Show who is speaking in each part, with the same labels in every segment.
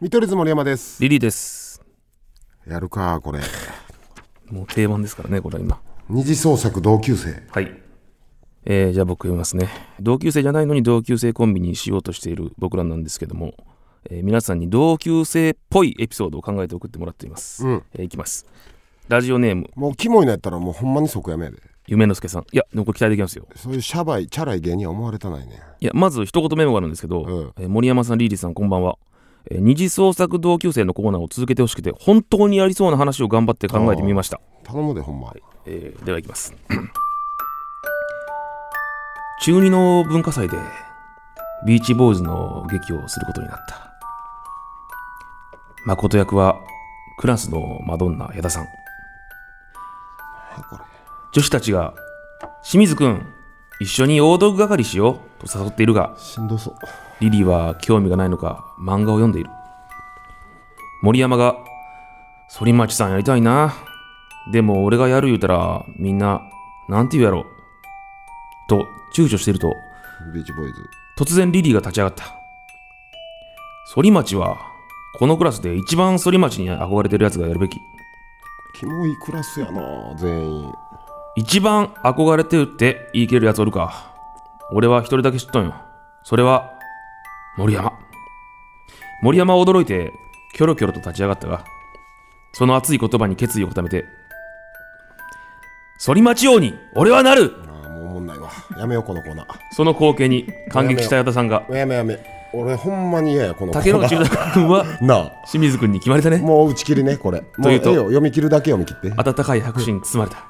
Speaker 1: 見取り図森山です
Speaker 2: リリーです
Speaker 1: やるかこれ
Speaker 2: もう定番ですからねこれは今
Speaker 1: 二次創作同級生
Speaker 2: はいえー、じゃあ僕読みますね同級生じゃないのに同級生コンビにしようとしている僕らなんですけども、えー皆さんに同級生っぽいエピソードを考えて送ってもらっています、
Speaker 1: うん
Speaker 2: えーいきますラジオネーム
Speaker 1: もうキモいのやったらもうほんまに即やめやで
Speaker 2: 夢之助さんいやでもこれ期待できますよ
Speaker 1: そういうシャバいチャラい芸人は思われたないね
Speaker 2: いやまず一言メモがあるんですけど、
Speaker 1: うん
Speaker 2: えー森山さんリリーさんこんばんは、えー二次創作同級生のコーナーを続けてほしくて本当にやりそうな話を頑張って考えてみました
Speaker 1: 頼むでほんま
Speaker 2: えーではいきます 中二の文化祭でビーチボーイズの劇をすることになった誠役はクラスのマドンナ矢田さん
Speaker 1: はいこれ
Speaker 2: 女子たちが「清水君一緒に大道具係しよう」と誘っているが
Speaker 1: しんどそう
Speaker 2: リリーは興味がないのか漫画を読んでいる森山が「反町さんやりたいなでも俺がやる言うたらみんななんて言うやろ」と躊躇していると
Speaker 1: ビーチボーイズ
Speaker 2: 突然リリーが立ち上がった反町はこのクラスで一番反町に憧れてるやつがやるべき
Speaker 1: キモいクラスやな全員
Speaker 2: 一番憧れてるって言い切れるやつおるか俺は一人だけ知っとんよそれは森山森山は驚いてキョロキョロと立ち上がったがその熱い言葉に決意を固めて反町王に俺はなる
Speaker 1: あーもうおもんないわやめようこのコーナー
Speaker 2: その光景に感激した矢田さんが
Speaker 1: やめやめ俺ほんまに嫌やこのコ
Speaker 2: 竹
Speaker 1: ー
Speaker 2: 野
Speaker 1: ナ
Speaker 2: 内
Speaker 1: ー
Speaker 2: 豊君は
Speaker 1: な
Speaker 2: 清水君に決まりだ
Speaker 1: あ
Speaker 2: ね
Speaker 1: もう打ち切りねこれも
Speaker 2: と
Speaker 1: うえ
Speaker 2: い
Speaker 1: え
Speaker 2: うと
Speaker 1: よ読み切るだけ読み切って
Speaker 2: 温かい拍手に包まれた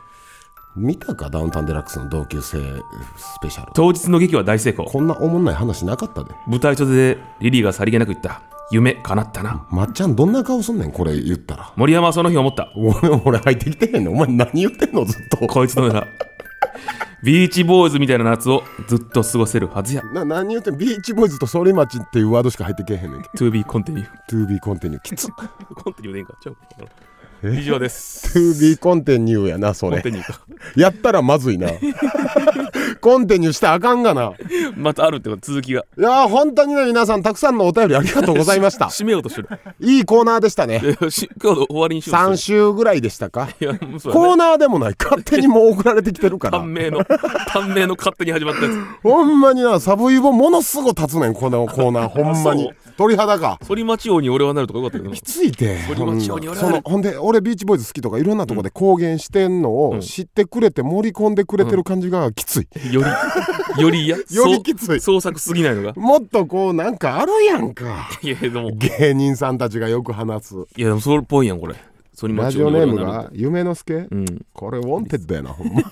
Speaker 1: 見たかダウンタウンデラックスの同級生スペシャル
Speaker 2: 当日の劇は大成功
Speaker 1: こんなおもんない話なかったで
Speaker 2: 舞台袖でリリーがさりげなく言った夢叶ったな
Speaker 1: まっちゃんどんな顔すんねんこれ言ったら
Speaker 2: 森山はその日思った
Speaker 1: 俺 俺入ってきてへんねんお前何言ってんのずっと
Speaker 2: こいつのようなビーチボーイズみたいな夏をずっと過ごせるはずや
Speaker 1: な何言ってんビーチボーイズとソリマチっていうワードしか入ってけへんねん
Speaker 2: To be continue
Speaker 1: To be continue きつ
Speaker 2: コンティニューでいいんかちょ以上です
Speaker 1: To be continue やなそ
Speaker 2: コン
Speaker 1: れ
Speaker 2: ティニューか
Speaker 1: やったらまず いなコンティニューしたらあかんがな
Speaker 2: またあるってこと続きが
Speaker 1: いやー本当にね皆さんたくさんのお便りありがとうございま した
Speaker 2: 締めようとしてる
Speaker 1: いいコーナーでしたね
Speaker 2: いやし今日の終わりにしよ
Speaker 1: 3
Speaker 2: うとし
Speaker 1: 週ぐらいでしたか
Speaker 2: てるいやもうそうだね
Speaker 1: コーナーでもない勝手にもう送られてきてる から
Speaker 2: 短命の短命の勝手に始まったやつ
Speaker 1: ほんまになサブイボものすご立つねんこのコーナーほんまに
Speaker 2: そう
Speaker 1: 鳥肌が
Speaker 2: 反町王に俺はなるとかよかったけど
Speaker 1: きついて
Speaker 2: 鳥町におられる
Speaker 1: そのほんで俺ビーチボーイズ好きとかいろんなとこで公言してんのを知ってくれて盛り込んでくれてる感じがきつい、
Speaker 2: よりよりいや
Speaker 1: よりきつい
Speaker 2: 創作すぎないのが
Speaker 1: もっとこうなんかあるやんか
Speaker 2: いやでも
Speaker 1: 芸人さんたちがよく話す
Speaker 2: いやでもそれっぽいやんこれ反
Speaker 1: ラ
Speaker 2: 町
Speaker 1: ジ
Speaker 2: 王
Speaker 1: オ
Speaker 2: に
Speaker 1: ネーム
Speaker 2: 俺はなる
Speaker 1: が夢之助、
Speaker 2: うん
Speaker 1: これウォンテッドやなほんま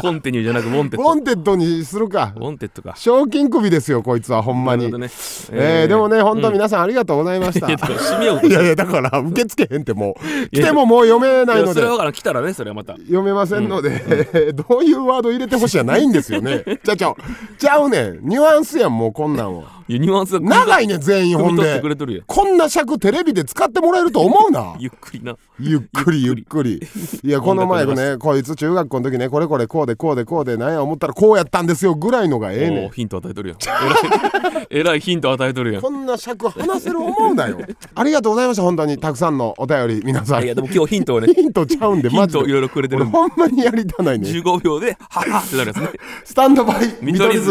Speaker 2: コンティニューじゃなくウォンテッ
Speaker 1: ウォ
Speaker 2: ド
Speaker 1: ンテッドにするか
Speaker 2: ウォンテッドか
Speaker 1: 賞金首ですよこいつはほんまに、
Speaker 2: なるほどね
Speaker 1: えーでもねほんと
Speaker 2: うん
Speaker 1: 皆さんありがとうございました、
Speaker 2: いやだから締めようと
Speaker 1: い
Speaker 2: して
Speaker 1: やいやだから受け付けへんって もう
Speaker 2: い
Speaker 1: 来
Speaker 2: や
Speaker 1: てももう読めないい
Speaker 2: や
Speaker 1: の
Speaker 2: そ
Speaker 1: で
Speaker 2: れはから来たらねそれはまた
Speaker 1: 読めませんので、 どういうワード入れてほしいやないんですよ ねちゃうちゃうちゃうねんニュアンスやんもうこんなんを
Speaker 2: いやニュアンスが汲み取
Speaker 1: 長いねん全員
Speaker 2: 汲
Speaker 1: ほん
Speaker 2: み取って
Speaker 1: で
Speaker 2: くれとるやん
Speaker 1: こんな尺テレビで使ってもらえると思うな
Speaker 2: ゆっくりな
Speaker 1: ゆっくりゆっくりいやこの前ねこいつ中学校の時ねこれこれこうでこうでこうでなんや思ったらこうやったんですよぐらいのがええね
Speaker 2: おー
Speaker 1: ん
Speaker 2: ヒント与えとるやんえらいえらいヒント与えとるやん
Speaker 1: こんな尺話せる思うな よありがとうございました本当にたくさんのお便り皆さん
Speaker 2: いやでも今日ヒント をね
Speaker 1: ヒントちゃうんで
Speaker 2: ヒ
Speaker 1: マ
Speaker 2: ン
Speaker 1: ジ
Speaker 2: トをい
Speaker 1: で
Speaker 2: ろいろくれて
Speaker 1: 俺
Speaker 2: るんで
Speaker 1: ほんまにやりたないねん
Speaker 2: 15秒でハハってな るやつね
Speaker 1: スタンドバイ見
Speaker 2: 見
Speaker 1: 取り
Speaker 2: 取り
Speaker 1: 図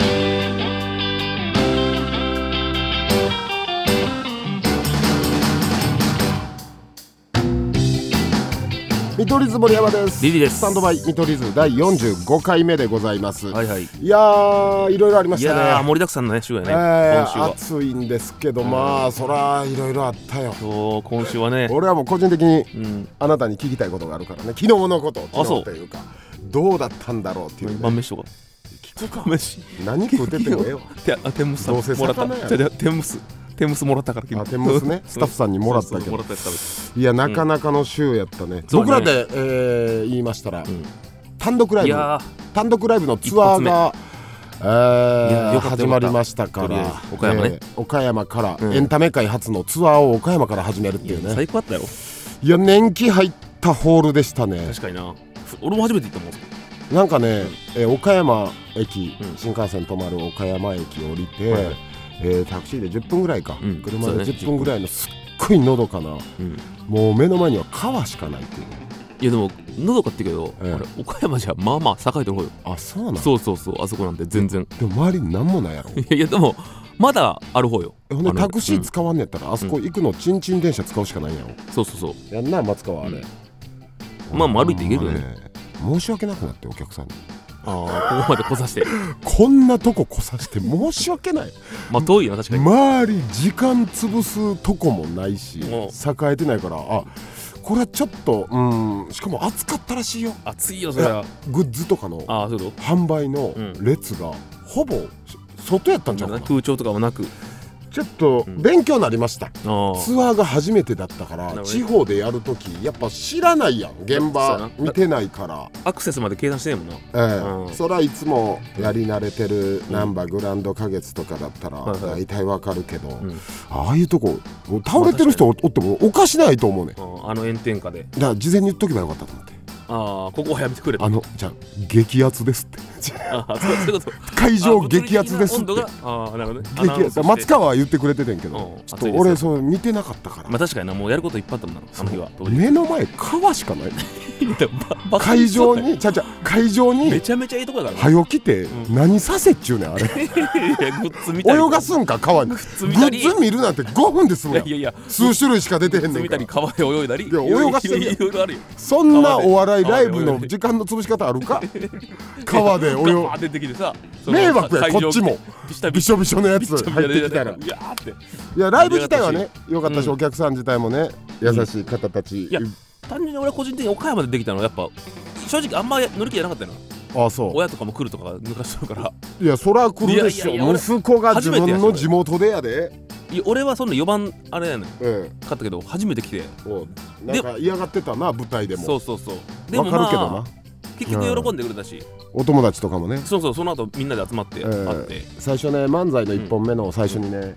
Speaker 2: 図
Speaker 1: 見取り図森山です
Speaker 2: リリーです
Speaker 1: スタンドバイ見取り図第45回目でございます、、
Speaker 2: はいいはい
Speaker 1: やーいろいろありま
Speaker 2: い
Speaker 1: したね
Speaker 2: やー盛りだくさんのね週やね
Speaker 1: えー
Speaker 2: 今週は
Speaker 1: 暑いんですけどまあそらいろいろあったよ
Speaker 2: そう今週はね
Speaker 1: 俺はもう個人的に
Speaker 2: うん
Speaker 1: あなたに聞きたいことがあるからね昨日のこと昨
Speaker 2: あそ
Speaker 1: 日
Speaker 2: う
Speaker 1: というかどうだったんだろうっていう、ね、
Speaker 2: 晩飯とか聞くか飯
Speaker 1: 何食っててもええわ
Speaker 2: て あ天むすさ
Speaker 1: どうせ
Speaker 2: もらっ
Speaker 1: 魚やろ
Speaker 2: たじゃあ天むす天むすもらったから君
Speaker 1: あ天 むすねスタッフさんにもらったけど
Speaker 2: もらったやつ食べて
Speaker 1: いやなかなかの週やったね、
Speaker 2: そう
Speaker 1: 僕ら
Speaker 2: ね
Speaker 1: で、えー言いましたら、単独ライ
Speaker 2: い
Speaker 1: ブ
Speaker 2: や
Speaker 1: 単独ライブのツアーが、えー
Speaker 2: いやよかった
Speaker 1: 始まりましたか
Speaker 2: とりあ
Speaker 1: ら
Speaker 2: えず岡山ね
Speaker 1: ー岡山から、
Speaker 2: うん
Speaker 1: エンタメ界初のツアーを岡山から始めるっていう
Speaker 2: ー
Speaker 1: ね
Speaker 2: 最高だったよ
Speaker 1: いや年季入ったホールでしたね
Speaker 2: 確かになふ俺も初めて行ったもん
Speaker 1: なんかね、えー岡山駅、
Speaker 2: うん
Speaker 1: 新幹線止まる岡山駅降りて、
Speaker 2: はいはい
Speaker 1: ええータクシーで10分ぐらいか、
Speaker 2: うん
Speaker 1: 車
Speaker 2: そう
Speaker 1: で
Speaker 2: だね
Speaker 1: 10分ぐらいのすっごいのどかな、
Speaker 2: うん
Speaker 1: もう目の前には川しかないっていう
Speaker 2: いやでものどかって言うけ
Speaker 1: え
Speaker 2: ど、
Speaker 1: え
Speaker 2: あれ岡山じゃまあまあ栄えてる方よ
Speaker 1: あそうなの
Speaker 2: そうそうそうあそこなんて全然
Speaker 1: でも周りに何も ないやろ
Speaker 2: いやいやでもまだある方よ
Speaker 1: えほんで
Speaker 2: あの
Speaker 1: タクシー使わんねやったら、あそこ行くのちんちん電車使うしかないんやろ
Speaker 2: そうそうそう
Speaker 1: やんな松川あれ、
Speaker 2: うんまあまあ歩いて行けるよね
Speaker 1: ほんま申し訳なくなってお客さんに
Speaker 2: ああここまで来させて
Speaker 1: こんなとこ来させ て申し訳ない
Speaker 2: まあ遠いよな確かに
Speaker 1: 周り時間潰すとこもないし
Speaker 2: うん
Speaker 1: 栄えてないからあこれはちょっとうんしかも暑かったらしいよ
Speaker 2: 暑いよそれは
Speaker 1: グッズとかの
Speaker 2: ああそういうこ
Speaker 1: 販売の
Speaker 2: うん
Speaker 1: 列がほぼ外やった
Speaker 2: と
Speaker 1: んちゃうかな
Speaker 2: 空調とかもなく
Speaker 1: ちょっと
Speaker 2: ん
Speaker 1: 勉強になりました
Speaker 2: ああ
Speaker 1: ツアーが初めてだったか
Speaker 2: るほ
Speaker 1: ら
Speaker 2: どね
Speaker 1: 地方でやるときやっぱ知らないやん現
Speaker 2: そうや
Speaker 1: 場
Speaker 2: な
Speaker 1: 見てないから
Speaker 2: アクセスまで計算してないもんな
Speaker 1: ええ
Speaker 2: うん
Speaker 1: そらいつもやり慣れてるナンバーグランド花月とかだったら
Speaker 2: はいはい
Speaker 1: 大体わかるけど、
Speaker 2: ん
Speaker 1: ああいうとこ倒れてる人おってもおかしないと思うねんだか
Speaker 2: ああの炎天下で
Speaker 1: ら事前に言っとけばよかったと思って
Speaker 2: ああここはやめてくれと
Speaker 1: あのじゃあ激アツですって
Speaker 2: ああそうそういうこと
Speaker 1: 会場
Speaker 2: あ
Speaker 1: 激アツですっ
Speaker 2: 物
Speaker 1: て
Speaker 2: 理的な温度がああなるほどねアナウ
Speaker 1: 激
Speaker 2: ン
Speaker 1: ア
Speaker 2: スし
Speaker 1: ツ
Speaker 2: て
Speaker 1: 松川は言ってくれててんけ
Speaker 2: う
Speaker 1: ど
Speaker 2: ん
Speaker 1: ちょっと
Speaker 2: 暑いで
Speaker 1: 俺
Speaker 2: す
Speaker 1: そう見てなかったから、
Speaker 2: まあ確かになもうやることいっぱいあったもんなあの日は当時
Speaker 1: 目の前川しかない
Speaker 2: バカに
Speaker 1: 会
Speaker 2: しと
Speaker 1: 場
Speaker 2: ったよ
Speaker 1: にちゃうちゃう会場
Speaker 2: め
Speaker 1: に
Speaker 2: ちゃめちゃいいとこやからな
Speaker 1: 早起きて何させっちゅうねんあれ
Speaker 2: いやグッズ見たり
Speaker 1: 泳がすんか川にグ
Speaker 2: ズ見たり
Speaker 1: ッズ見るなんて5分で済
Speaker 2: い
Speaker 1: むや
Speaker 2: や
Speaker 1: ん
Speaker 2: いやいや
Speaker 1: 数種類しか出てへんねん
Speaker 2: 見
Speaker 1: か
Speaker 2: た
Speaker 1: ら
Speaker 2: り川で泳いだりい
Speaker 1: や泳がしてるやん
Speaker 2: いろいろあるよ
Speaker 1: そんなお笑いライブの時間の潰し方あるか川で泳
Speaker 2: ガ バー
Speaker 1: ぐ
Speaker 2: ッ出てきてさ
Speaker 1: 迷惑や
Speaker 2: その会場
Speaker 1: こっちも
Speaker 2: ビシタビ
Speaker 1: び
Speaker 2: シ
Speaker 1: しょびしょのやつ
Speaker 2: ビシタビ
Speaker 1: 入
Speaker 2: シ
Speaker 1: って
Speaker 2: タや
Speaker 1: きたら
Speaker 2: いやーって
Speaker 1: いやライブ自体はねよかったし
Speaker 2: うん
Speaker 1: お客さん自体もね優しい方たち
Speaker 2: いや単純に俺は個人的に岡山でできたのはやっぱ正直あんま乗り気じゃなかったよな
Speaker 1: あそ
Speaker 2: 親とかも来るとか抜かしてるから
Speaker 1: ういやそら来るでしょ
Speaker 2: いやいやいや俺
Speaker 1: 息子が自分
Speaker 2: 初めて
Speaker 1: の
Speaker 2: やし
Speaker 1: 地元でやで
Speaker 2: いや俺はそんな4番あれやねん
Speaker 1: うん
Speaker 2: かったけど初めて来て
Speaker 1: おうなんか嫌がってたな舞台で
Speaker 2: そ
Speaker 1: も
Speaker 2: うそうそうで
Speaker 1: わ
Speaker 2: も
Speaker 1: か
Speaker 2: ま
Speaker 1: るけどな
Speaker 2: あ結局喜んでくれたし
Speaker 1: お友達とかもね
Speaker 2: そうそうその後みんなで集まって
Speaker 1: え
Speaker 2: 会
Speaker 1: ー
Speaker 2: って
Speaker 1: 最初ね漫才の1本目の最初にね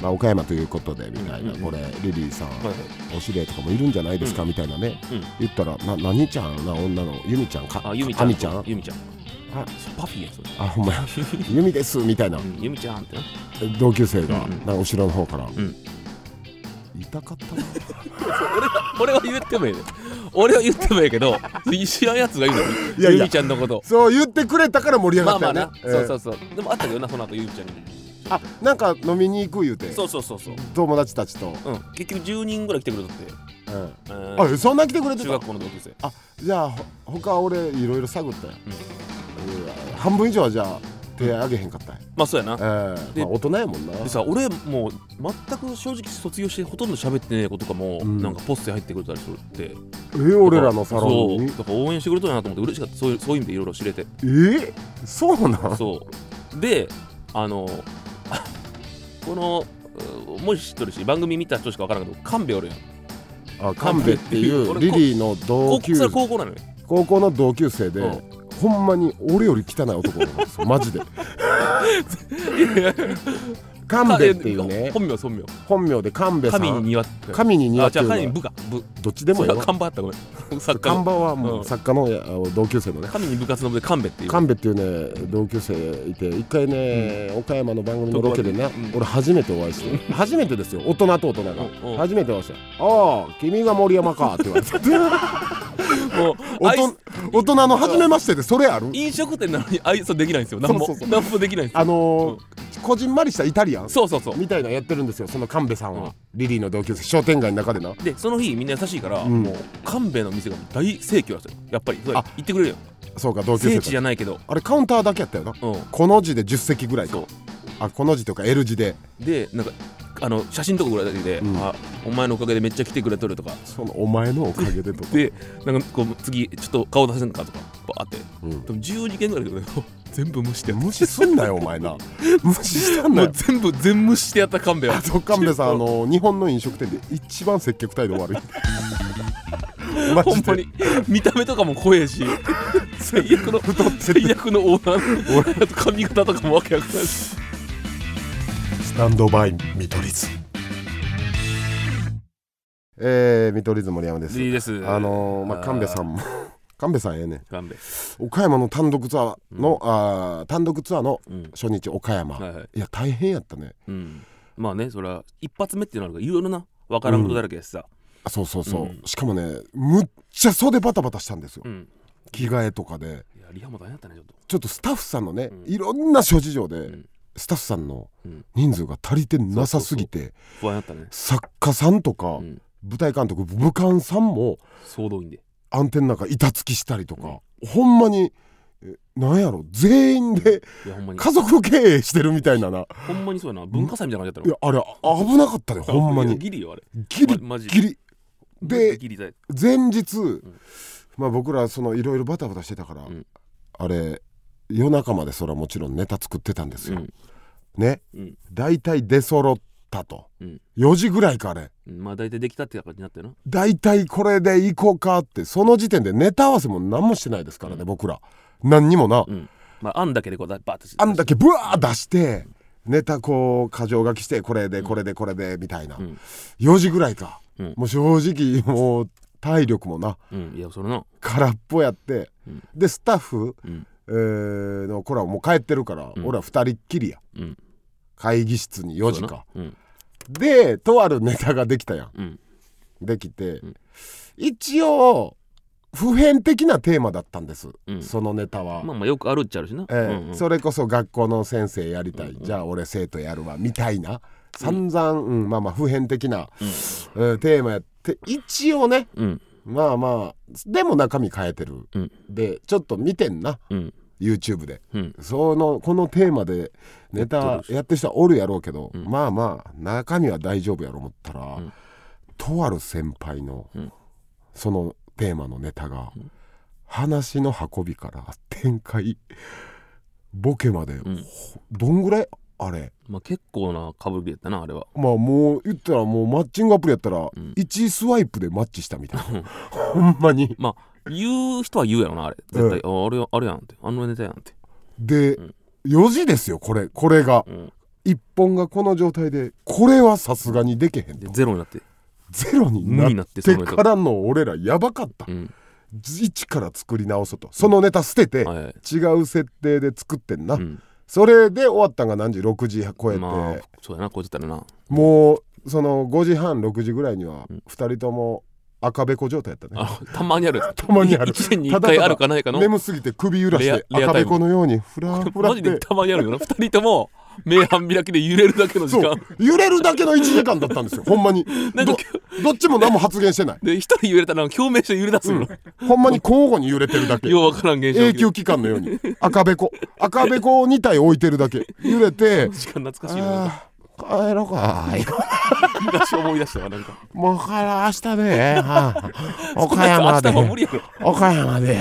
Speaker 1: まあ岡山ということでみたいな
Speaker 2: うんうん
Speaker 1: これリリーさん
Speaker 2: はいはい
Speaker 1: お知り合いとかもいるんじゃないですかみたいなね、
Speaker 2: うん
Speaker 1: 言ったらな何ちゃんな女の由美ちゃんか
Speaker 2: あゆみちゃ
Speaker 1: あ
Speaker 2: ん
Speaker 1: みちゃん
Speaker 2: ゆみちゃん
Speaker 1: あ
Speaker 2: パフィーやつ
Speaker 1: あほん まや由美ですみたいな
Speaker 2: うんゆみちゃんってな
Speaker 1: 同級生が、
Speaker 2: うん
Speaker 1: な
Speaker 2: うん
Speaker 1: んか後ろの方から、
Speaker 2: ん
Speaker 1: 痛かったな
Speaker 2: 俺は言ってもいいね俺は言ってもいいけど知らんやつが言うの
Speaker 1: いやいや
Speaker 2: ゆみちゃんのこと
Speaker 1: そう言ってくれたから盛り上
Speaker 2: ま
Speaker 1: が
Speaker 2: あ
Speaker 1: った
Speaker 2: ま
Speaker 1: よ
Speaker 2: あ
Speaker 1: ね、
Speaker 2: な
Speaker 1: えー
Speaker 2: そうそうそうでもあったけどなその後ゆみちゃんに
Speaker 1: あなんか飲みに行く言うて
Speaker 2: そうそうそうそう
Speaker 1: 友達たちと、
Speaker 2: うん結局10人ぐらい来てくれたって
Speaker 1: うん
Speaker 2: えー
Speaker 1: あそんな来てくれて
Speaker 2: 中
Speaker 1: た
Speaker 2: 学校の同級生
Speaker 1: あじゃあほ他俺いろいろ探ったよ、うわ半分以上はじゃあ手挙げへんかったんや
Speaker 2: まあそうやな
Speaker 1: ええ
Speaker 2: で
Speaker 1: まあ、大人やもんな
Speaker 2: でさ俺もう全く正直卒業してほとんど喋ってねえ子とかも、
Speaker 1: うん
Speaker 2: なんかポストに入ってくれたりするって
Speaker 1: えー俺らのサロン
Speaker 2: そう
Speaker 1: に
Speaker 2: だから応援してくれたんやなと思って嬉しかったそういうそういう意味でいろいろ知れて
Speaker 1: えー、そうなん
Speaker 2: そうであの このうもし知ってるし番組見た人しか分からんけど神戸おるやん
Speaker 1: あ神戸っていう
Speaker 2: 俺
Speaker 1: リリーの同
Speaker 2: 高
Speaker 1: 級
Speaker 2: 校それ高校なのよ
Speaker 1: 高校の同級生で、
Speaker 2: うん
Speaker 1: ほんまに俺より汚い男なんですよマジで 神戸っていう ね
Speaker 2: 本名本名
Speaker 1: 本名で神戸さん
Speaker 2: 神
Speaker 1: 神
Speaker 2: に
Speaker 1: に
Speaker 2: 庭って
Speaker 1: 庭
Speaker 2: あ
Speaker 1: って
Speaker 2: じ
Speaker 1: いうの
Speaker 2: ゃあ神に
Speaker 1: は
Speaker 2: 部か部
Speaker 1: どっちでも
Speaker 2: そ
Speaker 1: いい
Speaker 2: れ
Speaker 1: わ
Speaker 2: は看板あったごめん作家
Speaker 1: 看
Speaker 2: の
Speaker 1: 板はもう作家のやあの同級生のね
Speaker 2: 神に部活の部で神戸っていう
Speaker 1: 神戸っていうね同級生いて一回ね、岡山の番組のロケでね、
Speaker 2: うん
Speaker 1: 俺初めてお会いして、初めてですよ大人と大人が、
Speaker 2: うんうん
Speaker 1: 初めてお会いした「ああ君が森山か」って言われ て
Speaker 2: もう
Speaker 1: 大
Speaker 2: あい
Speaker 1: 人大人の初めましてでそれある
Speaker 2: 飲食店なのに愛想できないんですよ何も
Speaker 1: そうそうそう
Speaker 2: 何もできないんですよ
Speaker 1: あのーこじんまりしたイタリアン
Speaker 2: そうそうそう
Speaker 1: みたいなのやってるんですよその神戸さんは、
Speaker 2: うん
Speaker 1: リリーの同級生商店街の中でな
Speaker 2: でその日みんな優しいから、
Speaker 1: うん
Speaker 2: もう神戸の店が大盛況だったよやっぱりそう
Speaker 1: あ
Speaker 2: 言ってくれるよ
Speaker 1: そうか同級生
Speaker 2: 聖地じ
Speaker 1: たち
Speaker 2: ゃないけど
Speaker 1: あれカウンターだけやったよな
Speaker 2: う
Speaker 1: この字で10席ぐらい
Speaker 2: ん
Speaker 1: か
Speaker 2: そ
Speaker 1: あこの字とか L 字で
Speaker 2: うでなんかあの写真とかぐらいだけで、
Speaker 1: うん
Speaker 2: あお前のおかげでめっちゃ来てくれとるとか
Speaker 1: そのお前のおかげでとか、
Speaker 2: でなんかこう次ちょっと顔出せんかとかバーって
Speaker 1: うん
Speaker 2: でも12件ぐらいだけ ど全部無視して
Speaker 1: 無視すんなよお前 な無視したんな
Speaker 2: もう
Speaker 1: よ
Speaker 2: 全部全無視してやった神戸は
Speaker 1: あと神戸さんあの日本の飲食店で一番接客態度 悪いマ
Speaker 2: ほ
Speaker 1: ジ
Speaker 2: んま
Speaker 1: で
Speaker 2: に見た目とかも怖え し最悪の最悪のオーナーのあと髪型とかもわけわかんないし
Speaker 1: スタンドバイ見取り図えー、見取り図森山です
Speaker 2: いいです
Speaker 1: あのーまあ、神戸さんも 神戸さんええねん
Speaker 2: 神戸
Speaker 1: 岡山の単独ツアーの、あー単独ツアーの
Speaker 2: うん
Speaker 1: 初日岡山、
Speaker 2: はいはい
Speaker 1: いや大変やったね
Speaker 2: うんまあねそれは一発目ってなるからいろいろな分からんことだらけですさ
Speaker 1: あそうそうそう、
Speaker 2: うん
Speaker 1: しかもねむっちゃ袖バタバタしたんですよ、
Speaker 2: うん
Speaker 1: 着替えとかで
Speaker 2: いやリハも大変だったねちょっと
Speaker 1: ちょっとスタッフさんのね、
Speaker 2: うん
Speaker 1: いろんな諸事情で、
Speaker 2: ん
Speaker 1: スタッフさんの
Speaker 2: うん
Speaker 1: 人数が足りてなさすぎて
Speaker 2: 不安だったね
Speaker 1: 作家さんとか、
Speaker 2: うん
Speaker 1: 舞台監督武漢さんも
Speaker 2: 総動員で
Speaker 1: 暗転なんか板つきしたりとか、ほんまにえなんやろ全員で
Speaker 2: いやほんまに
Speaker 1: 家族経営してるみたいなな
Speaker 2: ほんまにそうやな文化祭みたいな感じだっ
Speaker 1: い
Speaker 2: た
Speaker 1: やあれ危なかったね
Speaker 2: の
Speaker 1: ほんま
Speaker 2: いや
Speaker 1: に
Speaker 2: ギリよあれ
Speaker 1: ギリ
Speaker 2: まマジ
Speaker 1: ギリで
Speaker 2: ギリだよ
Speaker 1: 前日、まあ僕らそのいろいろバタバタしてたから、
Speaker 2: ん
Speaker 1: あれ夜中までそれはもちろんネタ作ってたんです
Speaker 2: う
Speaker 1: よ、
Speaker 2: ん
Speaker 1: ね
Speaker 2: うん
Speaker 1: 大体出揃ったと、
Speaker 2: うん
Speaker 1: 4時ぐらいかあれ
Speaker 2: うんまあ大体できたって感じになったよな
Speaker 1: 大体これで行こうかってその時点でネタ合わせも何もしてないですからね、僕ら何にもな、
Speaker 2: うんまあ案だけでこうだバーッとして
Speaker 1: あんだけブワー出してネタこう箇条書きしてこれでこれでこれでみたいな、
Speaker 2: ん
Speaker 1: 4時ぐらいか、
Speaker 2: うん
Speaker 1: もう正直もう体力もな
Speaker 2: うんいやそれな
Speaker 1: 空っぽやって、
Speaker 2: うん
Speaker 1: でスタッフ、
Speaker 2: うん
Speaker 1: えーの子らはもう帰ってるから、
Speaker 2: うん
Speaker 1: 俺は2人っきりや
Speaker 2: うん
Speaker 1: 会議室に4時か
Speaker 2: うん
Speaker 1: でとあるネタができたやん
Speaker 2: うん
Speaker 1: できて、
Speaker 2: ん
Speaker 1: 一応普遍的なテーマだったんです、
Speaker 2: うん
Speaker 1: そのネタは、
Speaker 2: まあまあよくあるっちゃあるしな
Speaker 1: えー
Speaker 2: うんうん
Speaker 1: それこそ学校の先生やりたい、じゃあ俺生徒やるわみたいな散々、うんまあまあ普遍的な、えーテーマやって一応ね
Speaker 2: うん
Speaker 1: まあまあでも中身変えてる、
Speaker 2: うん
Speaker 1: でちょっと見てんな
Speaker 2: うん
Speaker 1: YouTube で、
Speaker 2: うん
Speaker 1: そのこのテーマでネタやってる人はおるやろうけど、まあまあ中身は大丈夫やろ思ったら、とある先輩の、
Speaker 2: ん
Speaker 1: そのテーマのネタが、話の運びから展開ボケまで、
Speaker 2: ん
Speaker 1: ほどんぐらいあれ
Speaker 2: まあ結構なかぶりやったなあれは
Speaker 1: まあもう言ったらもうマッチングアプリやったら、
Speaker 2: ん
Speaker 1: 1スワイプでマッチしたみたいな、 ほんまに。
Speaker 2: まあ言う人は言うやろなあれ絶対ああれあれやんってあのネタやんって
Speaker 1: で、
Speaker 2: ん
Speaker 1: 4時ですよこれこれが、
Speaker 2: うん
Speaker 1: 一本がこの状態でこれはさすがにでけへん
Speaker 2: で
Speaker 1: と
Speaker 2: ゼロになって
Speaker 1: ゼロに
Speaker 2: 無に
Speaker 1: な
Speaker 2: なっ
Speaker 1: っててからの俺らやばかった、
Speaker 2: うん
Speaker 1: 一から作り直そうとそのネタ捨てて、
Speaker 2: はいはい
Speaker 1: 違う設定で作ってんな、
Speaker 2: うん
Speaker 1: それで終わったんが何時6時超えて、
Speaker 2: まあそうやなこうやってたらな
Speaker 1: もうその5時半6時ぐらいには2人とも赤べこ状態やったね、
Speaker 2: あたまにあるや つ
Speaker 1: たまにある
Speaker 2: 一年に一回あるかないかの
Speaker 1: 眠すぎて首揺らして
Speaker 2: レアレア
Speaker 1: 赤
Speaker 2: タイ
Speaker 1: べ
Speaker 2: ム
Speaker 1: このようにフラフラ
Speaker 2: マ
Speaker 1: っ
Speaker 2: ジで
Speaker 1: て
Speaker 2: たまにあるよな二人とも目半開きで揺れるだけの時
Speaker 1: そう
Speaker 2: 間
Speaker 1: 揺れるだけの1時間だったんですよほんまに
Speaker 2: なんか
Speaker 1: どどっちも何も発言してない
Speaker 2: で一人揺れたら共鳴して揺れ出すの、
Speaker 1: ほんまに交互に揺れてるだけ
Speaker 2: ようわからん現象
Speaker 1: 永久期間のように赤べこ赤べこを2体置いてるだけ揺れて
Speaker 2: 時間懐かしいななんか
Speaker 1: あー帰ろうか
Speaker 2: 昔思い出したわ なんか
Speaker 1: もう帰ろう明日で、 はあ、岡
Speaker 2: 明
Speaker 1: 山で
Speaker 2: 日も無理やろ
Speaker 1: 岡山で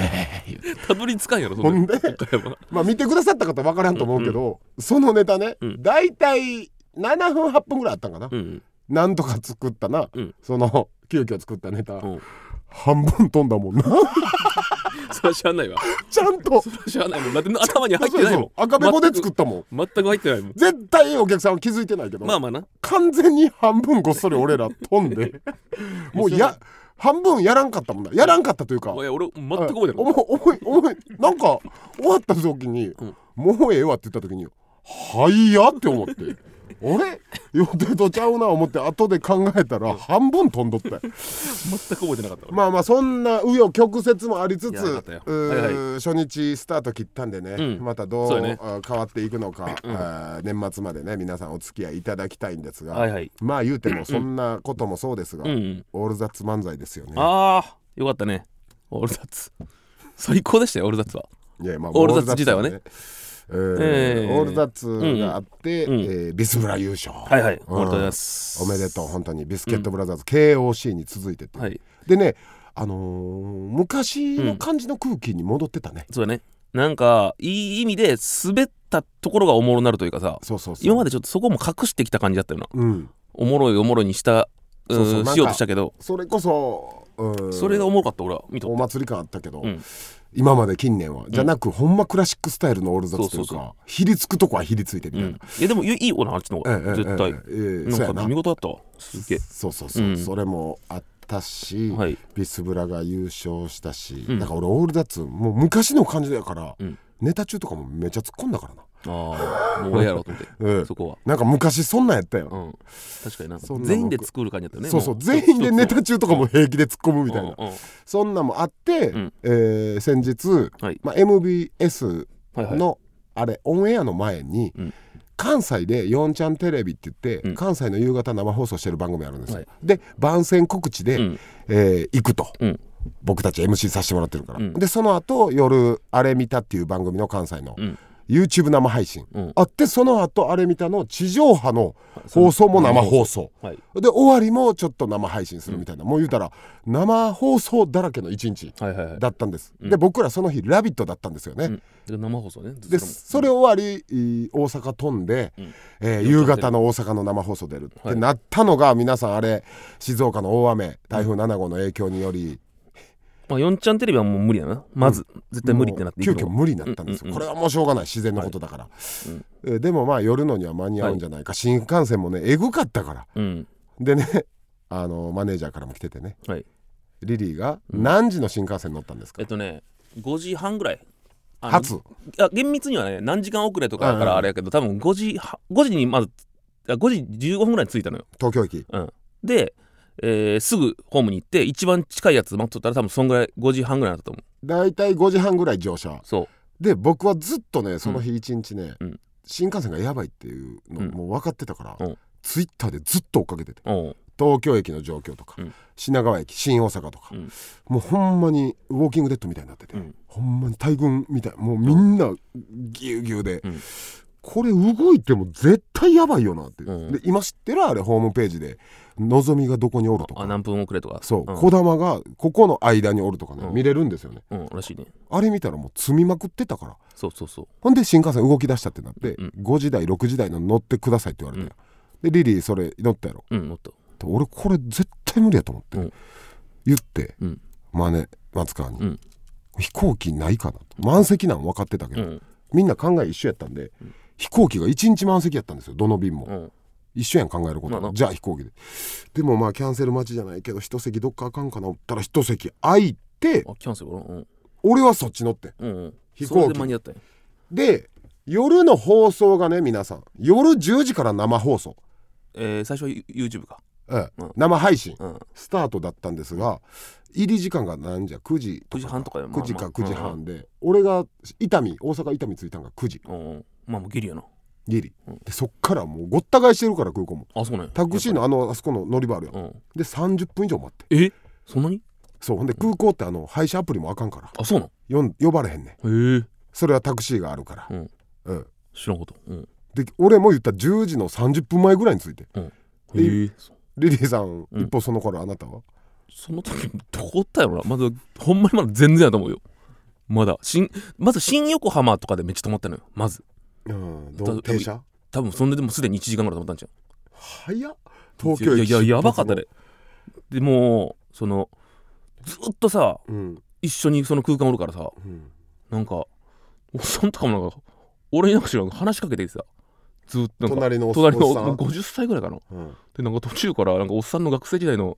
Speaker 2: たどり着かんやろそ
Speaker 1: ほん
Speaker 2: ん
Speaker 1: で
Speaker 2: な岡山
Speaker 1: まあ見てくださった方分からんと思うけど、そのネタね、
Speaker 2: ん
Speaker 1: だいたい7分8分ぐらいあったんかな、
Speaker 2: うん
Speaker 1: なんとか作ったな、
Speaker 2: うん
Speaker 1: その急遽作ったネタ、
Speaker 2: うん
Speaker 1: 半分飛んだもんな
Speaker 2: それは知らないわ
Speaker 1: ちゃんと
Speaker 2: それは知らないもんだって頭に入ってないもん
Speaker 1: そうそう赤べこで作ったもん
Speaker 2: 全く入ってないもん
Speaker 1: 絶対お客さんは気づいてないけど、
Speaker 2: まあまあな
Speaker 1: 完全に半分ごっそり俺ら飛ん でもうや半分やらんかったもんなやらんかったというか
Speaker 2: いや俺全く覚えてない
Speaker 1: 思い思い思いなんか終わった時に、
Speaker 2: ん
Speaker 1: もうええわって言った時に「はいや」って思ってあれ 予定とちゃうな思って後で考えたら半分飛んどって
Speaker 2: 全く覚えてなかったわ
Speaker 1: まあまあそんな紆余曲折もありつ
Speaker 2: い
Speaker 1: つ
Speaker 2: やよかったよ
Speaker 1: うー
Speaker 2: はい
Speaker 1: 初日スタート切ったんでね、
Speaker 2: うん
Speaker 1: またど
Speaker 2: そううね
Speaker 1: あ変わっていくのか、あー年末までね皆さんお付き合いいただきたいんですが、
Speaker 2: はいはい
Speaker 1: まあ言うてもそんなこともそうですが、
Speaker 2: うんうん
Speaker 1: オールザッツ漫才ですよね。
Speaker 2: ああよかったねオールザッツ最高でしたよオールザッツはい
Speaker 1: やまあ
Speaker 2: オールザッツ自体はね
Speaker 1: オールザッツねえーオールザッツ
Speaker 2: えー
Speaker 1: があって、
Speaker 2: んうん
Speaker 1: えービスブラ優勝、
Speaker 2: はいはい
Speaker 1: うん
Speaker 2: おめでとうございます
Speaker 1: おめでとう本当にビスケットブラザーズ、KOC に続いてって、
Speaker 2: はい
Speaker 1: でねあのー昔の感じの空気に戻ってたね、
Speaker 2: そうだねなんかいい意味で滑ったところがおもろなるというかさ
Speaker 1: そうそうそう
Speaker 2: 今までちょっとそこも隠してきた感じだったよな
Speaker 1: うん
Speaker 2: おもろいおもろいにしたうん
Speaker 1: そうそうなんか
Speaker 2: しようとしたけど
Speaker 1: それこそ、うん、
Speaker 2: それがおもろかった俺は見とっ
Speaker 1: お
Speaker 2: た
Speaker 1: 祭り感あったけど、
Speaker 2: うん
Speaker 1: 今まで近年はじゃなく、ほんまクラシックスタイルのオールザッツというか
Speaker 2: そうそう
Speaker 1: ひりつくとこはひりついてみ
Speaker 2: う
Speaker 1: たい
Speaker 2: ん
Speaker 1: な、
Speaker 2: いやでもいいいいおなあっちの方
Speaker 1: ええ
Speaker 2: が
Speaker 1: ええ
Speaker 2: 絶対
Speaker 1: ええええそ
Speaker 2: な
Speaker 1: うや
Speaker 2: んか
Speaker 1: な
Speaker 2: 見事だったわすっげえ
Speaker 1: そうそうそう、
Speaker 2: うん
Speaker 1: それもあったったし、
Speaker 2: はい
Speaker 1: ビスブラが優勝したし、
Speaker 2: うん
Speaker 1: だから俺オールダッツもう昔の感じだから、
Speaker 2: うん
Speaker 1: ネタ中とかもめっちゃ突っ込んだからな、
Speaker 2: ああもう俺やろうと 思って
Speaker 1: うん、
Speaker 2: そこは
Speaker 1: なんか昔そんなんやったよ、
Speaker 2: うん確かになんか
Speaker 1: そんな僕
Speaker 2: 全員で作る感じだったよね
Speaker 1: そうそう
Speaker 2: も
Speaker 1: 全員でネタ中とかも平気で突っ込むみたいな、
Speaker 2: うんうん
Speaker 1: そんなんもあって、
Speaker 2: うん
Speaker 1: えー先日、
Speaker 2: はい
Speaker 1: まあ、MBS
Speaker 2: はいはい
Speaker 1: のあれオンエアの前に、
Speaker 2: うん
Speaker 1: 関西で「ヨンちゃんテレビ」って言って、
Speaker 2: うん
Speaker 1: 関西の夕方生放送してる番組あるんですよ、
Speaker 2: はい
Speaker 1: で番宣告知で、
Speaker 2: うん
Speaker 1: えー行くと、
Speaker 2: うん
Speaker 1: 僕たち MC させてもらってるから、
Speaker 2: うん
Speaker 1: でその後夜あれ見た」っていう番組の関西の
Speaker 2: うん
Speaker 1: YouTube 生配信、
Speaker 2: うん
Speaker 1: あってその後あれ見た」の地上波の放送も生放送、
Speaker 2: はい
Speaker 1: で終わりもちょっと生配信するみたいな、もう言うたら生放送だらけの一日
Speaker 2: はいはいはい
Speaker 1: だったんです、
Speaker 2: うん
Speaker 1: で僕らその日「ラビット!」だったんですよね、
Speaker 2: うんで生放送ね
Speaker 1: で
Speaker 2: ずっと
Speaker 1: それ終わりい大阪飛んで、
Speaker 2: うん
Speaker 1: えー夕方の大阪の生放送出るってなったのが皆さんあれ静岡の大雨台風7号の影響により
Speaker 2: まあ4ちゃんテレビはもう無理やなまず絶対無理ってなって
Speaker 1: もう
Speaker 2: いく
Speaker 1: 急遽
Speaker 2: の
Speaker 1: 無理になったんですよ、
Speaker 2: うんうんう
Speaker 1: こ
Speaker 2: ん
Speaker 1: れはもうしょうがない自然のことだから、
Speaker 2: うん
Speaker 1: えーでもまあ夜のには間に合うんじゃないか、新幹線もねえぐかったから
Speaker 2: うん
Speaker 1: でね あのマネージャーからも来ててね
Speaker 2: はい
Speaker 1: リリーが
Speaker 2: うん
Speaker 1: 何時の新幹線乗ったんですか、
Speaker 2: えっとね5時半ぐらいあの
Speaker 1: 初
Speaker 2: あ厳密にはね何時間遅れとかだか
Speaker 1: うんうん
Speaker 2: らあれやけど多分5時は5時にまずあ5時15分ぐらいに着いたのよ
Speaker 1: 東京駅
Speaker 2: で、えーすぐホームに行って一番近いやつ待っとったら多分そんぐらい5時半ぐらいだったと思う
Speaker 1: だいたい5時半ぐらい乗車
Speaker 2: そう
Speaker 1: で僕はずっとねその日一日ね、
Speaker 2: うん
Speaker 1: 新幹線がやばいっていうの
Speaker 2: うん
Speaker 1: もう分かってたから、
Speaker 2: うん
Speaker 1: ツイッターでずっと追っかけてて
Speaker 2: おう
Speaker 1: 東京駅の状況とか、
Speaker 2: うん
Speaker 1: 品川駅新大阪とか、
Speaker 2: うん
Speaker 1: もうほんまにウォーキングデッドみたいになってて、
Speaker 2: うん
Speaker 1: ほんまに大群みたいもうみんなぎゅうぎゅうで、
Speaker 2: うん
Speaker 1: これ動いても絶対やばいよなって、
Speaker 2: うん
Speaker 1: で今知ってるあれホームページで「のぞみがどこにおる」と
Speaker 2: あ
Speaker 1: か。
Speaker 2: 何分遅れとか
Speaker 1: そう、
Speaker 2: ん
Speaker 1: こだまがここの間におるとかね、
Speaker 2: うん
Speaker 1: 見れるんですよね
Speaker 2: うんらしいね
Speaker 1: あれ見たらもう積みまくってたから
Speaker 2: そうそうそう
Speaker 1: ほんで新幹線動き出したってなって、
Speaker 2: うん
Speaker 1: 5時台6時台の乗ってくださいって言われて、でリリーそれ乗ったやろ
Speaker 2: うん乗った
Speaker 1: で俺これ絶対無理やと思って、
Speaker 2: うん
Speaker 1: 言って、
Speaker 2: うん
Speaker 1: まあね松川に、
Speaker 2: うん
Speaker 1: 飛行機ないかなと満席なん分かってたけ
Speaker 2: う
Speaker 1: ど、
Speaker 2: ん
Speaker 1: みんな考え一緒やったんで、飛行機が1日満席やったんですよどの便も、
Speaker 2: うん
Speaker 1: 一緒やん考えること、
Speaker 2: まあな
Speaker 1: じゃあ飛行機ででもまあキャンセル待ちじゃないけど一席どっかあかんかなおったら一席空いて
Speaker 2: あキャンセルかなうん
Speaker 1: 俺はそっち乗ってん
Speaker 2: うんうん
Speaker 1: 飛行機
Speaker 2: それで間に合ったんや
Speaker 1: で夜の放送がね皆さん夜10時から生放送、
Speaker 2: えー最初は YouTube か
Speaker 1: ええ
Speaker 2: うん
Speaker 1: 生配信
Speaker 2: うん
Speaker 1: スタートだったんですが入り時間が何じゃ9時
Speaker 2: 9時半とかや
Speaker 1: 9時か9時
Speaker 2: うん
Speaker 1: 半で俺が伊丹大阪伊丹着いたんが9時
Speaker 2: うんうんまあもうギリやな
Speaker 1: ギリ
Speaker 2: うん
Speaker 1: でそっからもうごった返してるから空港も
Speaker 2: あそうなんや
Speaker 1: タクシーのあのあそこの乗り場あるやん
Speaker 2: うん
Speaker 1: で30分以上待って
Speaker 2: えそんなに
Speaker 1: そうほんで空港ってあの配車アプリもあかんから
Speaker 2: あそうなん
Speaker 1: よん呼ばれへんねん
Speaker 2: へえ
Speaker 1: それはタクシーがあるから
Speaker 2: うん
Speaker 1: うん
Speaker 2: 知らんことうん
Speaker 1: で俺も言った10時の30分前ぐらいについてで
Speaker 2: へえそ
Speaker 1: リリーさん
Speaker 2: うん
Speaker 1: 一歩その頃あなたは
Speaker 2: その時どこおったやろなまだほんまにまだ全然やと思うよまだ新まず新横浜とかでめっちゃ止まったのよまず
Speaker 1: うんどう停車
Speaker 2: 多分そんででもすでに1時間ぐらい止まったんじゃん
Speaker 1: 早っ東京駅
Speaker 2: いやいややばかった
Speaker 1: ね
Speaker 2: ででもうそのずっとさ
Speaker 1: うん
Speaker 2: 一緒にその空間おるからさ
Speaker 1: うん
Speaker 2: なんかおっさんとかもなんか俺になんか知らん話しかけてきてさずっとなんか
Speaker 1: 隣のお
Speaker 2: 隣の
Speaker 1: おっさん
Speaker 2: 50歳ぐらいかな
Speaker 1: うん
Speaker 2: でなんか途中からなんかおっさんの学生時代の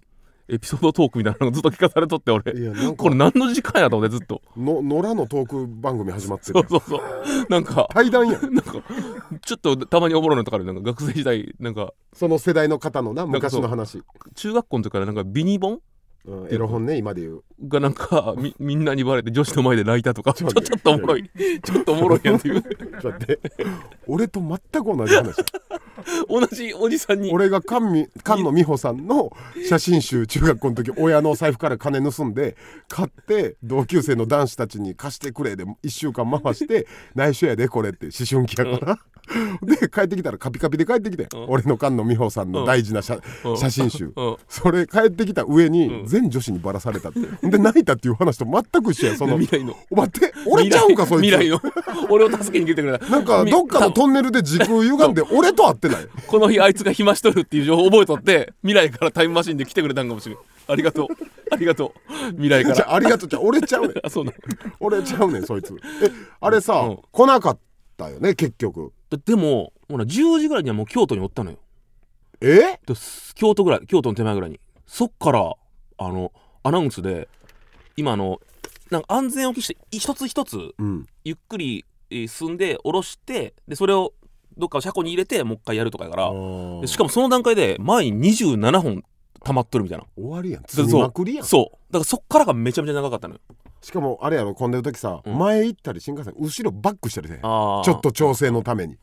Speaker 2: エピソードトークみたいなのがずっと聞かされとって俺
Speaker 1: いやなんか
Speaker 2: これ何の時間やと思って ずっと
Speaker 1: の野良のトーク番組始まって
Speaker 2: そ
Speaker 1: る
Speaker 2: うそうそうなんか
Speaker 1: 対談やん
Speaker 2: なんかちょっとたまにおもろいのとかあるなんか学生時代なんか
Speaker 1: その世代の方のな
Speaker 2: なんか
Speaker 1: 昔
Speaker 2: そう
Speaker 1: の話
Speaker 2: 中学校の時からなんかビニボン
Speaker 1: うんエロ本ね今で言う
Speaker 2: がなんかみ みんなにバレて女子の前で泣いたとかち
Speaker 1: ち
Speaker 2: ょ
Speaker 1: ょ
Speaker 2: ちょっとおもろいちょっとおもろいやんっていう
Speaker 1: だって俺と全く同じ話
Speaker 2: 同じおじさんに
Speaker 1: 俺が菅み菅野美穂さんの写真集中学校の時親の財布から金盗んで買って同級生の男子たちに貸してくれで1週間回して内緒やでこれって思春期やから、で帰ってきたらカピカピで帰ってきて、
Speaker 2: うん
Speaker 1: 俺の菅野美穂さんの大事な写,、
Speaker 2: うん
Speaker 1: 写真集
Speaker 2: うん
Speaker 1: それ帰ってきた上に
Speaker 2: うん
Speaker 1: 全女子にばらされたって、で泣いたっていう話と全く一緒やその
Speaker 2: 未来の
Speaker 1: お前って俺ちゃうんかそいつ
Speaker 2: 未来の俺を助けに来てくれた
Speaker 1: なんかどっかのトンネルで時空歪んで俺と会ってない
Speaker 2: この日あいつが暇しとるっていう情報を覚えとって未来からタイムマシンで来てくれたんかもしれんありがとうありがとう未来か
Speaker 1: じゃ
Speaker 2: ら
Speaker 1: あありがとうじゃあ俺ちゃうねん
Speaker 2: あそうなの
Speaker 1: 俺ちゃうねんそいつえあれさ、
Speaker 2: うん
Speaker 1: 来なかったよね結局
Speaker 2: ででもほら10時ぐらいにはもう京都におったのよ
Speaker 1: え
Speaker 2: です京都ぐらい京都の手前ぐらいにそっからあのアナウンスで今あのなんか安全を期してい一つ一つ
Speaker 1: うん
Speaker 2: ゆっくりえー進んで下ろしてでそれをどっか車庫に入れてもう一回やるとかやからでしか
Speaker 1: も
Speaker 2: もその段階で前に27本溜まっとるみたいな
Speaker 1: 終わりやん
Speaker 2: そう
Speaker 1: 積みまくりやん
Speaker 2: そうだからそっからがめちゃめちゃ長かったのよ
Speaker 1: しかもあれやろ混んでる時さ、
Speaker 2: うん
Speaker 1: 前行ったり新幹線後ろバックしたりせんちょ
Speaker 2: あー
Speaker 1: っと調整のために、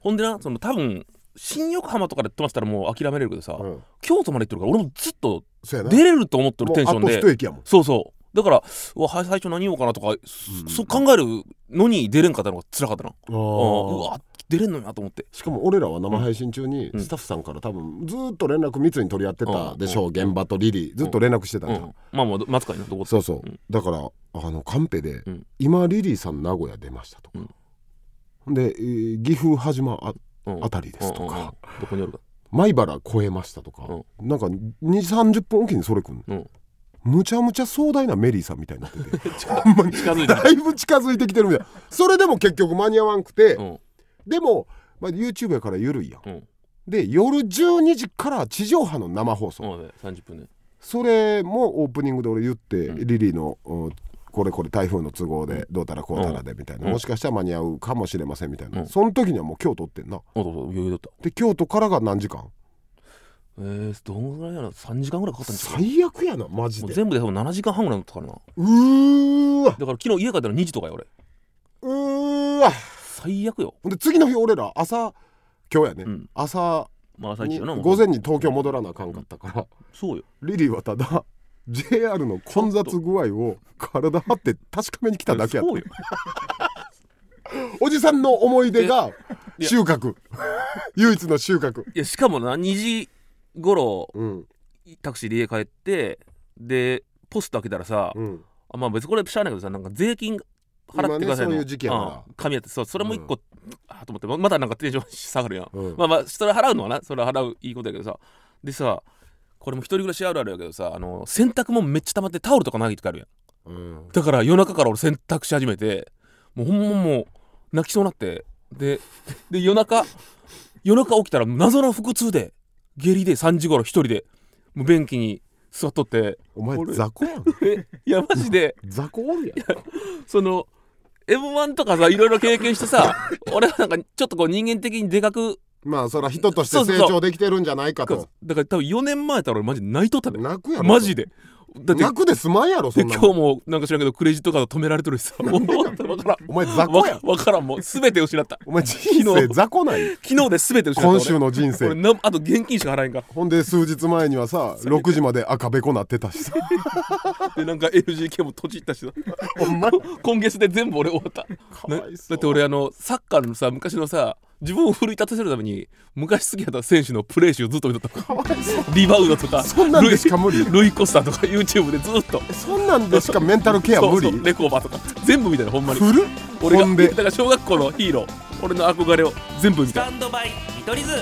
Speaker 2: ほんでなその多分新横浜とかで止まってたらもう諦めれるけどさ、
Speaker 1: うん
Speaker 2: 京都まで行ってるから俺もずっと
Speaker 1: そうやな
Speaker 2: 出れると思ってる
Speaker 1: もう
Speaker 2: テンション
Speaker 1: あ
Speaker 2: で
Speaker 1: と一駅やもん
Speaker 2: そうそうだからうわは最初何言おうかなとか、
Speaker 1: うん
Speaker 2: そう考えるのに出れんかったのが辛かったな
Speaker 1: あ
Speaker 2: あーう
Speaker 1: ー
Speaker 2: わ出れんのになと思って
Speaker 1: しかも俺らは生配信中に
Speaker 2: うん
Speaker 1: スタッフさんから多分ずーっと連絡密に取り合ってたでしょう、
Speaker 2: うん
Speaker 1: 現場とリリーずっと連絡してたん
Speaker 2: う
Speaker 1: だ、
Speaker 2: ん、まあまあど松川になどこ
Speaker 1: そうそう、
Speaker 2: うん
Speaker 1: だからあのカンペで、
Speaker 2: うん
Speaker 1: 今リリーさん名古屋出ましたとか、で、えー岐阜羽島あ
Speaker 2: うん
Speaker 1: あたりですとか、
Speaker 2: うんうんうんどこにおるか
Speaker 1: 米原超えましたとか、なんか2 3 0分おきにそれくんの、
Speaker 2: うん
Speaker 1: むちゃむちゃ壮大なメリーさんみたいになって てほんまに
Speaker 2: 近づいて
Speaker 1: だいぶ近づいてきてるみたいなそれでも結局間に合わんくて、
Speaker 2: うん
Speaker 1: でも、まあ、YouTube やから緩いやん、
Speaker 2: うん
Speaker 1: で夜12時から地上波の生放送、
Speaker 2: そうね30分で
Speaker 1: それもオープニングで俺言って、
Speaker 2: うん
Speaker 1: リリーの、うんこれこれ台風の都合でどうたらこうたらでみたいな、
Speaker 2: うん
Speaker 1: もしかしたら間に合うかもしれませんみたいな、
Speaker 2: うん
Speaker 1: その時にはもう京都おってんな
Speaker 2: おどうぞ余裕だった
Speaker 1: で京都からが何時間
Speaker 2: えー、どんぐらいやろ3時間ぐらいかかったんですか
Speaker 1: 最悪やなマジ
Speaker 2: もう
Speaker 1: で
Speaker 2: 全部で多分7時間半ぐらいだったからなだか
Speaker 1: うーわ
Speaker 2: ら昨日家帰ったら2時とかよ俺
Speaker 1: うーわ
Speaker 2: 最悪よ
Speaker 1: ほんで次の日俺ら朝今日やね、
Speaker 2: うん
Speaker 1: 朝
Speaker 2: まあ朝一
Speaker 1: に
Speaker 2: よなもう
Speaker 1: 午前に東京戻らなあかんかったから、
Speaker 2: そうよ
Speaker 1: リリーはただ JR の混雑具合を体張って確かめに来ただけやっ
Speaker 2: そうよ
Speaker 1: たおじさんの思い出が
Speaker 2: いや
Speaker 1: 収穫 唯一の収穫
Speaker 2: いやしかもな2時頃
Speaker 1: うん
Speaker 2: タクシーで家帰ってでポスト開けたらさ、
Speaker 1: うん
Speaker 2: あまあ別にこれ知らないけどさなんか税金払ってください
Speaker 1: 今ねそ
Speaker 2: の
Speaker 1: ういう時期やから
Speaker 2: うん紙やってそうそれも一個、あと思ってままたなんかテンション下がるやん、
Speaker 1: うん
Speaker 2: まあまあそれ払うのはなそれは払ういいことやけどさでさこれも一人暮らしあるあるやけどさあの洗濯もめっちゃ溜まってタオルとかないとかあるやん
Speaker 1: うん
Speaker 2: だから夜中から俺洗濯し始めてもうほんまもう泣きそうになってでで夜中夜中起きたら謎の腹痛で下痢で3時頃一人でもう便器に座っとって
Speaker 1: お前
Speaker 2: 俺
Speaker 1: 雑魚や ん
Speaker 2: えいやマジで
Speaker 1: 雑魚おるやん
Speaker 2: その M1 とかさいろいろ経験してさ俺はなんかちょっとこう人間的にでかく
Speaker 1: まあそら人として
Speaker 2: そうそう
Speaker 1: 成
Speaker 2: そう
Speaker 1: 長できてるんじゃないか
Speaker 2: だ
Speaker 1: と
Speaker 2: から多分4年前やったら俺マジ泣いとったで
Speaker 1: 泣くやろ
Speaker 2: マジでだって
Speaker 1: 泣くで済まんやろそ
Speaker 2: で
Speaker 1: ん
Speaker 2: 今
Speaker 1: な
Speaker 2: 日
Speaker 1: もん
Speaker 2: もなんか知らんけどクレジットカード止められとるしさもうわからん
Speaker 1: お前雑
Speaker 2: わ
Speaker 1: 魚や
Speaker 2: か
Speaker 1: ん
Speaker 2: わからんもう全て失った
Speaker 1: お前人生雑魚ない
Speaker 2: 昨日で全て失った俺
Speaker 1: 今週の人生
Speaker 2: 俺なあと現金しか払えんか
Speaker 1: ほんで数日前にはさ6時まで赤べこなってたしさ
Speaker 2: らでなんか LGK も閉じったしさ
Speaker 1: お前
Speaker 2: 今月で全部俺終わった
Speaker 1: か
Speaker 2: な
Speaker 1: わ
Speaker 2: だ
Speaker 1: いそう
Speaker 2: って俺あのサッカーのさ昔のさ自分を奮い立たせるために昔好きやった選手のプレー集をずっと見とった
Speaker 1: かわいそう
Speaker 2: リバウンドとか
Speaker 1: そんなんでしか無理
Speaker 2: ルイルイコスターとか YouTube でずっと
Speaker 1: そんなんでしかメンタルケア無理
Speaker 2: そうそうレコーバーとか全部見たいなほんまに
Speaker 1: フル
Speaker 2: 俺
Speaker 1: ほん
Speaker 2: が
Speaker 1: で
Speaker 2: だから小学校のヒーロー俺の憧れを全部見たい
Speaker 3: ンドバイ見取り図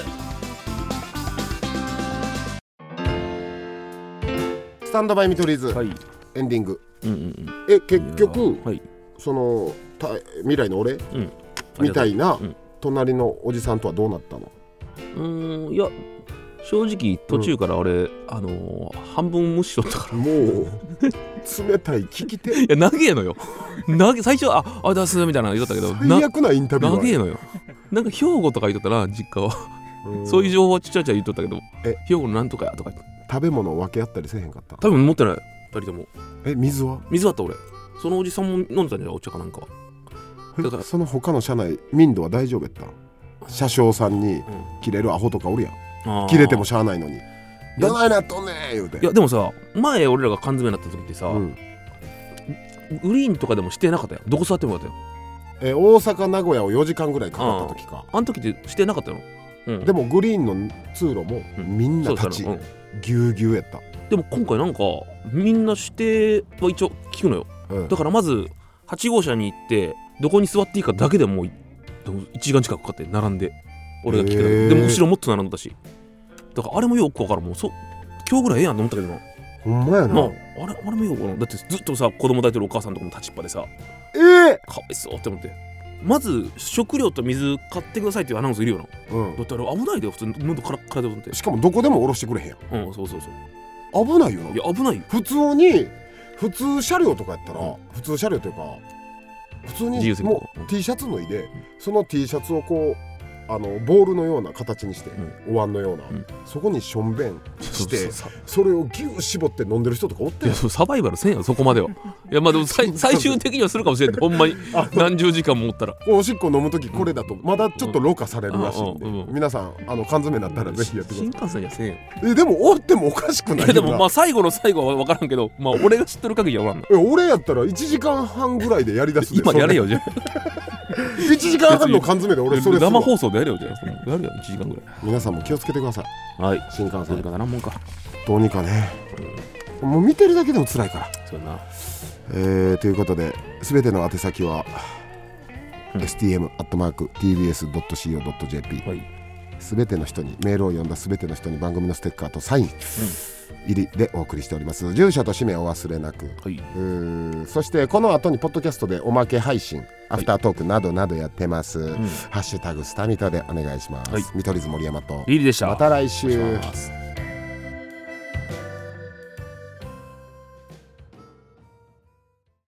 Speaker 1: スタンドバイ見取り図、
Speaker 2: はい
Speaker 1: エンディング
Speaker 2: うんうん
Speaker 1: え
Speaker 2: うん
Speaker 1: 結局
Speaker 2: はい
Speaker 1: そのた未来の俺
Speaker 2: うん
Speaker 1: みたいな、
Speaker 2: うん
Speaker 1: 隣のおじさんとはどうなったの
Speaker 2: うーんいや正直途中から俺、あのー半分無視しとった から
Speaker 1: もう冷たい聞き手
Speaker 2: いや長えのよ長え最初は「ああ出す」みたいなの言っとったけどな
Speaker 1: 最悪なインタビュー
Speaker 2: 長え
Speaker 1: や
Speaker 2: のよなんか兵庫とか言っとったな実家は、
Speaker 1: うん
Speaker 2: そういう情報はちっちゃいちゃい言っとったけど
Speaker 1: え
Speaker 2: 兵庫のなんとかやとか言って
Speaker 1: 食べ物分け合ったりせえへんかった
Speaker 2: 多分持ってない二人とも
Speaker 1: え水は
Speaker 2: 水だった俺そのおじさんも飲んでたんじゃないお茶かなんかは
Speaker 1: え
Speaker 2: だから
Speaker 1: その他の社内民度は大丈夫やったん車掌さんに
Speaker 2: ん
Speaker 1: 切れるアホとかおるやん
Speaker 2: あー
Speaker 1: 切れてもしゃあないのに「どないなっとんねん!」言うて
Speaker 2: いやでもさ前俺らが缶詰になった時ってさ、
Speaker 1: うん
Speaker 2: グリーンとかでもしてなかったよどこ座ってもよかった
Speaker 1: え
Speaker 2: よ
Speaker 1: 大阪名古屋を4時間ぐらいかかった時か
Speaker 2: あの時ってしてなかったのうん
Speaker 1: でもグリーンの通路も
Speaker 2: うん
Speaker 1: みんな
Speaker 2: そう
Speaker 1: 立
Speaker 2: し
Speaker 1: ち
Speaker 2: たのうん
Speaker 1: ぎゅうぎゅうやった
Speaker 2: でも今回なんかみんな指定は一応聞くのよ
Speaker 1: うん
Speaker 2: だからまず8号車に行ってどこに座っていいかだけでもう1時間近くかかって並んで俺が聞くの
Speaker 1: へー
Speaker 2: よでも後ろもっと並んだしだからあれもよくわからんもうそ今日ぐらいええやんと思ったけどな,、
Speaker 1: ほんまやな
Speaker 2: なあれあれもよくわからんだってずっとさ子供抱いてるお母さんとかも立ちっぱでさ
Speaker 1: え
Speaker 2: かわいそうって思ってまず食料と水買ってくださいっていうアナウンスいるよな
Speaker 1: えうん
Speaker 2: だってあれ危ないで普通に喉からっからでと思って
Speaker 1: しかもどこでも下ろしてくれへんやん
Speaker 2: うんそうそうそう
Speaker 1: 危ないよない
Speaker 2: や危ないよ
Speaker 1: 普通に普通車両とかやったら、普通車両というか普通
Speaker 2: 自由席
Speaker 1: に
Speaker 2: と
Speaker 1: も
Speaker 2: かうん
Speaker 1: う T シャツ脱いでその T シャツをこうあのボールのような形にして、お椀のような、
Speaker 2: うん
Speaker 1: そこにしょんべん
Speaker 2: そ
Speaker 1: し
Speaker 2: うそ
Speaker 1: て
Speaker 2: うそう
Speaker 1: それをギュー絞って飲んでる人とかおって
Speaker 2: いやそうサバイバルせんやろそこまではいやまあでも最最終的にはするかもしれんねほんまに何十時間もおったら
Speaker 1: おしっこ飲む時これだとまだちょっとろ過されるらしいんで、
Speaker 2: うんうんうん
Speaker 1: 皆さんあの缶詰になったらぜひやってくだ
Speaker 2: 新
Speaker 1: さ
Speaker 2: 幹線やせんやんい
Speaker 1: いえでもおってもおかしくないよ
Speaker 2: や
Speaker 1: な
Speaker 2: でもまあ最後の最後は分からんけどまあ俺が知ってる限りはおらんな
Speaker 1: え俺やったら1時間半ぐらいでやりだすで
Speaker 2: 今やれよじゃあ
Speaker 1: 1時間半の缶詰で俺それする
Speaker 2: 生
Speaker 1: わ
Speaker 2: 放送でやれよじゃあそのやるよ1時間ぐら
Speaker 1: 皆さんも気をつけてください
Speaker 2: いはい
Speaker 1: 新幹
Speaker 2: それ
Speaker 1: 線
Speaker 2: から何もんか
Speaker 1: どうにかねもう見てるだけでも辛いから、
Speaker 2: そうやな
Speaker 1: えー、ということで全ての宛先は、
Speaker 2: うん
Speaker 1: stm.tbs.co.jp
Speaker 2: はい
Speaker 1: すべての人にメールを読んだすべての人に番組のステッカーとサイン入りでお送りしております住所と氏名をお忘れなく
Speaker 2: はいう
Speaker 1: ーそしてこの後にポッドキャストでおまけ配信アフタートークなどなどやってます、ハッシュタグスタミトでお願いします、
Speaker 2: はい
Speaker 1: 見取り図森山と
Speaker 2: リリーでした
Speaker 1: また来週
Speaker 2: お願いします